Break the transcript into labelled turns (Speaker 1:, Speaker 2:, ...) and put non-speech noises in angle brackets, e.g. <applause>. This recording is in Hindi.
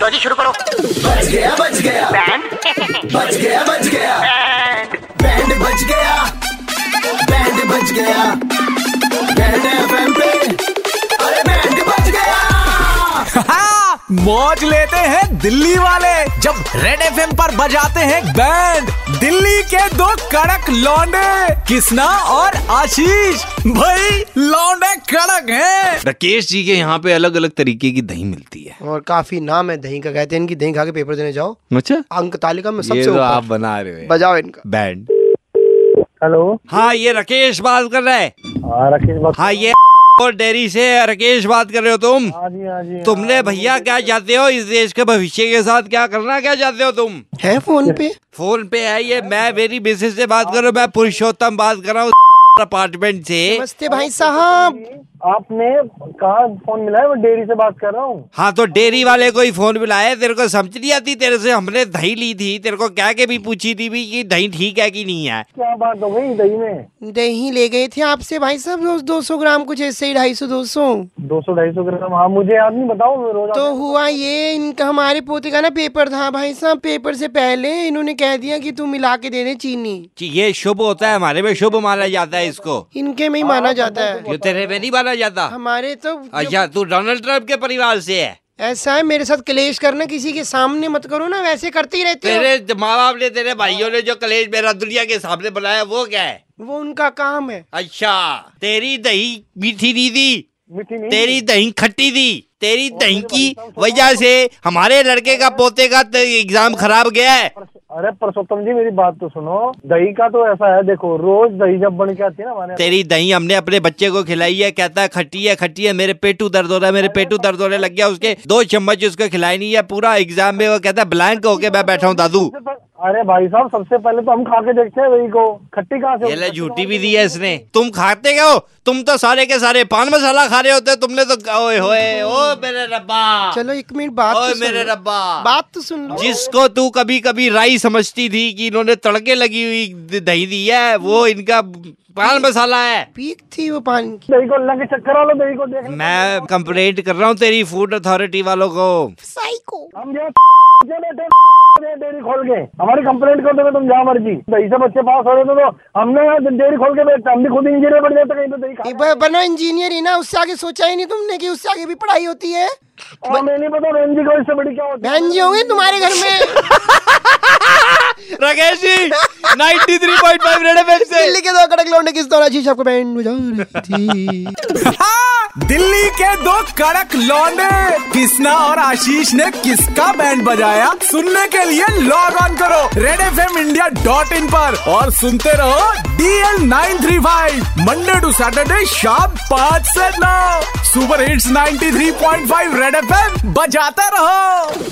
Speaker 1: तो जी शुरू करो
Speaker 2: बच गया बच गया
Speaker 1: बैंड
Speaker 2: बच गया बच गया बैंड बच गया बैंड बच गया बैंड एफएम पे अरे बैंड बच गया
Speaker 3: हाँ, मौज लेते हैं दिल्ली वाले जब रेड एफ पर बजाते हैं बैंड दिल्ली के दो कड़क लौंडे किसना और आशीष भाई लौंडे कड़क हैं
Speaker 4: राकेश जी के यहाँ पे अलग अलग तरीके की दही मिलती है
Speaker 5: और काफी नाम है दही का कहते हैं इनकी दही खा के पेपर देने जाओ
Speaker 4: अच्छा
Speaker 5: अंक तालिका में
Speaker 4: ये
Speaker 5: सबसे
Speaker 4: तो आप
Speaker 5: ऊपर
Speaker 4: बना रहे हो
Speaker 5: बजाओ इनका
Speaker 4: बैंड
Speaker 6: हेलो
Speaker 4: हाँ ये राकेश बात कर रहा है
Speaker 6: हाँ राकेश बात
Speaker 4: हाँ ये और डेरी से राकेश बात कर रहे हो तुम
Speaker 6: हाँ जी हाँ जी
Speaker 4: तुमने भैया क्या चाहते हो इस देश के भविष्य के साथ क्या करना क्या चाहते हो तुम
Speaker 5: है फोन पे
Speaker 4: फोन पे है ये
Speaker 6: तो-
Speaker 4: मैं मेरी मिसेज से बात कर रहा हूँ
Speaker 6: हाँ।
Speaker 4: मैं पुरुषोत्तम बात कर रहा हूँ अपार्टमेंट से
Speaker 5: नमस्ते भाई साहब
Speaker 6: आपने कहा फोन मिला है मैं डेयरी से बात कर रहा हूँ
Speaker 4: हाँ तो डेयरी वाले को ही फोन मिलाया तेरे को समझ नहीं आती तेरे से हमने दही ली थी तेरे को कह के भी पूछी थी भी कि दही ठीक है कि नहीं है
Speaker 6: क्या बात हो गई दही में
Speaker 5: दही ले गए थे आपसे भाई साहब दो सौ ग्राम कुछ ऐसे ही ढाई सौ दो सौ
Speaker 6: दो सौ ढाई सौ ग्राम हाँ मुझे याद नहीं बताओ मैं रोज
Speaker 5: तो
Speaker 6: आते-
Speaker 5: हुआ ये इनका हमारे पोते का ना पेपर था भाई साहब पेपर से पहले इन्होंने कह दिया कि तू मिला के दे दे चीनी
Speaker 4: जी, ये शुभ होता है हमारे में शुभ माना जाता है इसको
Speaker 5: इनके
Speaker 6: हाँ,
Speaker 5: में ही
Speaker 6: तो
Speaker 5: माना जाता है
Speaker 4: ये तेरे में नहीं माना जाता
Speaker 5: हमारे तो
Speaker 4: अच्छा तू डोनाल्ड ट्रम्प के परिवार से है
Speaker 5: ऐसा है मेरे साथ क्लेश करना किसी के सामने मत करो ना वैसे करते ही रहते हो
Speaker 4: तेरे माँ बाप ने तेरे भाइयों ने जो कलेश मेरा दुनिया के सामने बनाया वो क्या है
Speaker 5: वो उनका काम है
Speaker 4: अच्छा तेरी दही मीठी नहीं थी
Speaker 6: मीठी नहीं
Speaker 4: तेरी दही खट्टी थी तेरी दही की वजह से हमारे लड़के का पोते का ते- एग्जाम खराब गया है
Speaker 6: अरे परसोत्तम जी मेरी बात तो सुनो दही का तो ऐसा है देखो रोज दही जब बन के आती है ना हमारे यहाँ-
Speaker 4: तेरी दही हमने अपने बच्चे को खिलाई है कहता है खट्टी है खट्टी है मेरे पेटू दर्द हो रहा है मेरे पेटू
Speaker 6: तो
Speaker 4: दर्द होने लग गया उसके दो चम्मच उसको खिलाई नहीं है पूरा एग्जाम में वो कहता है ब्लैंक होके मैं बैठा हूँ दादू
Speaker 6: सबसे पह- अरे भाई साहब सबसे पहले तो हम खा के देखते हैं दही को खट्टी कहाँ से
Speaker 4: ये
Speaker 6: होती
Speaker 4: ले
Speaker 6: है?
Speaker 4: झूठी भी दी है इसने तुम खाते क्या हो तुम तो सारे के सारे पान मसाला खा रहे होते हो तुमने तो ओए होए ओ मेरे रब्बा
Speaker 5: चलो एक मिनट बात
Speaker 4: ओए
Speaker 5: तो सुन
Speaker 4: मेरे
Speaker 5: लो।
Speaker 4: रब्बा
Speaker 5: बात तो सुन लो
Speaker 4: जिसको तू कभी कभी राई समझती थी कि इन्होंने तड़के लगी हुई द- दही दी है वो इनका पान मसाला है
Speaker 5: पीक थी वो पानी की
Speaker 6: दही को अल्लाह के चक्कर वालों दही को देख
Speaker 4: मैं कंप्लेंट कर रहा हूँ तेरी फूड अथॉरिटी वालों को
Speaker 5: साइको
Speaker 6: हम यहाँ के <laughs> बैठे हैं, डेयरी खोल के हमारी कंप्लेंट कर दोगे तुम जहाँ मर्जी दही से बच्चे पास हो रहे थे तो हमने यहाँ डेयरी खोल के बैठते हम भी खुद इंजीनियर बन जाते कहीं पे दही खा
Speaker 5: ये ब- बनो इंजीनियर ही ना उससे आगे सोचा ही नहीं तुमने कि उससे आगे भी पढ़ाई होती है
Speaker 6: और हमें नहीं पता बहन जी को इससे बड़ी क्या होती है
Speaker 5: बहन जी होंगे तुम्हारे घर में
Speaker 4: <laughs> राकेश जी 93.5 रेड एफएम से
Speaker 5: दिल्ली के दो कड़क लौंडे किस तरह चीज आपको बैंड बजा रही थी
Speaker 3: हाँ, दिल्ली के दो कड़क लौंडे किसना और आशीष ने किसका बैंड बजाया सुनने के लिए लॉग ऑन करो redfmindia.in पर और सुनते रहो DL935 मंडे टू सैटरडे शाम पाँच से नौ सुपर हिट्स 93.5 रेड एफएम बजाते रहो